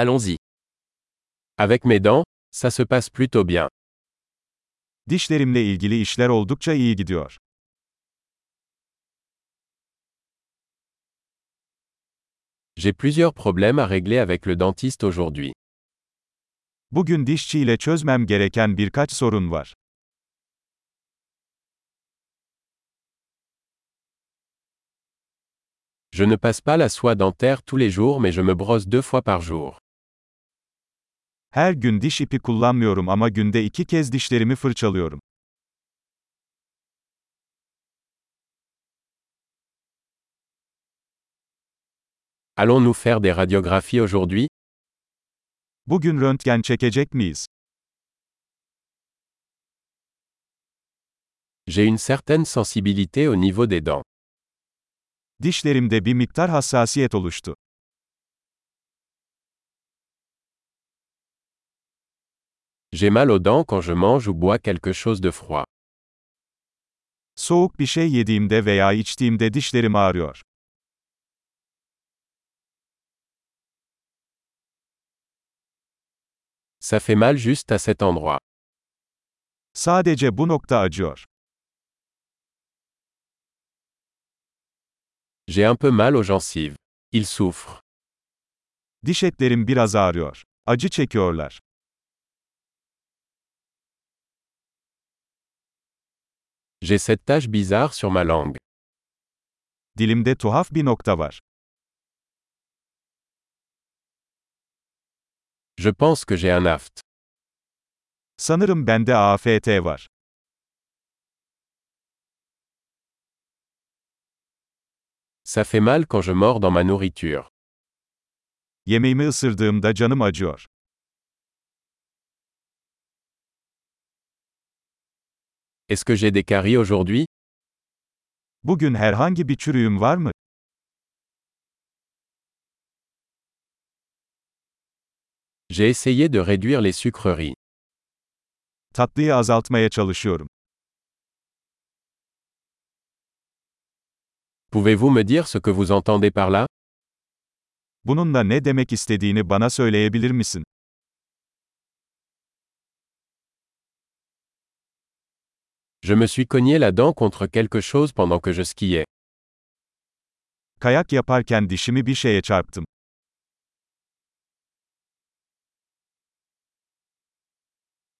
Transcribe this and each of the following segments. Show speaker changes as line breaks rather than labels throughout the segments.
Allons-y. Avec mes dents, ça se passe plutôt bien.
Dişlerimle ilgili işler oldukça iyi gidiyor.
J'ai plusieurs problèmes à régler avec le dentiste aujourd'hui.
Bugün dişçiyle çözmem gereken birkaç sorun var.
Je ne passe pas la soie dentaire tous les jours mais je me brosse deux fois par jour.
Her gün diş ipi kullanmıyorum ama günde iki kez dişlerimi fırçalıyorum.
Allons-nous faire des radiographies aujourd'hui
Bugün röntgen çekecek miyiz?
J'ai une certaine sensibilité au niveau des dents.
Dişlerimde bir miktar hassasiyet oluştu.
J'ai mal aux dents quand je mange ou bois quelque chose de froid.
Soğuk bir şey yediğimde veya içtiğimde dişlerim ağrıyor.
Ça fait mal juste à cet endroit.
Sadece bu nokta acıyor.
J'ai un peu mal aux gencives. Ils souffrent.
Diş etlerim biraz ağrıyor. Acı çekiyorlar.
J'ai cette tache bizarre sur ma langue.
Dilimde tuhaf bir nokta var.
Je pense que j'ai un aft.
Sanırım bende AFT var.
Ça fait mal quand je mords dans ma nourriture.
Yemeğimi ısırdığımda canım acıyor.
Est-ce que j'ai des caries aujourd'hui
Bugün herhangi bir çürüğüm var mı?
J'ai essayé de réduire les sucreries.
Tatlıyı azaltmaya çalışıyorum.
Pouvez-vous me dire ce que vous entendez par là
Bununla ne demek istediğini bana söyleyebilir misin?
Je me suis cogné la dent contre quelque chose pendant que je skiais.
Kayak yaparken dişimi bir şeye çarptım.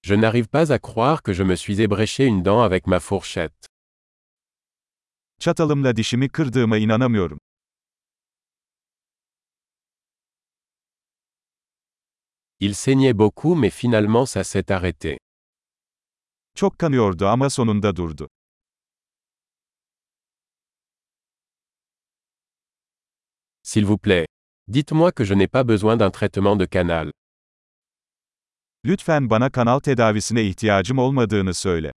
Je n'arrive pas à croire que je me suis ébréché une dent avec ma fourchette.
Çatalımla dişimi kırdığıma inanamıyorum.
Il saignait beaucoup mais finalement ça s'est arrêté.
Çok kanıyordu ama sonunda durdu.
S'il vous plaît. Dites-moi que je n'ai pas besoin d'un traitement de canal.
Lütfen bana kanal tedavisine ihtiyacım olmadığını söyle.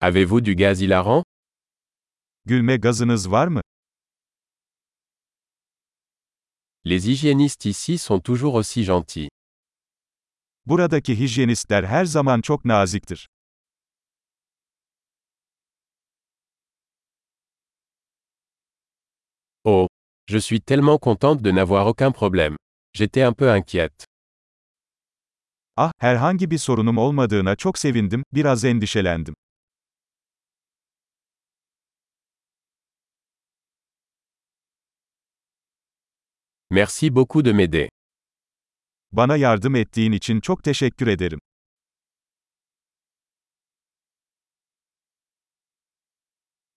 Avez-vous du gaz hilarant
Gülme gazınız var mı?
Les hygiénistes ici sont toujours aussi gentils.
Buradaki hijyenistler her zaman çok naziktir.
Oh. Je suis tellement contente de n'avoir aucun problème. J'étais un peu inquiète.
Ah, herhangi bir sorunum olmadığına çok sevindim, biraz endişelendim.
Merci beaucoup de m'aider.
Bana yardım ettiğin için çok teşekkür ederim.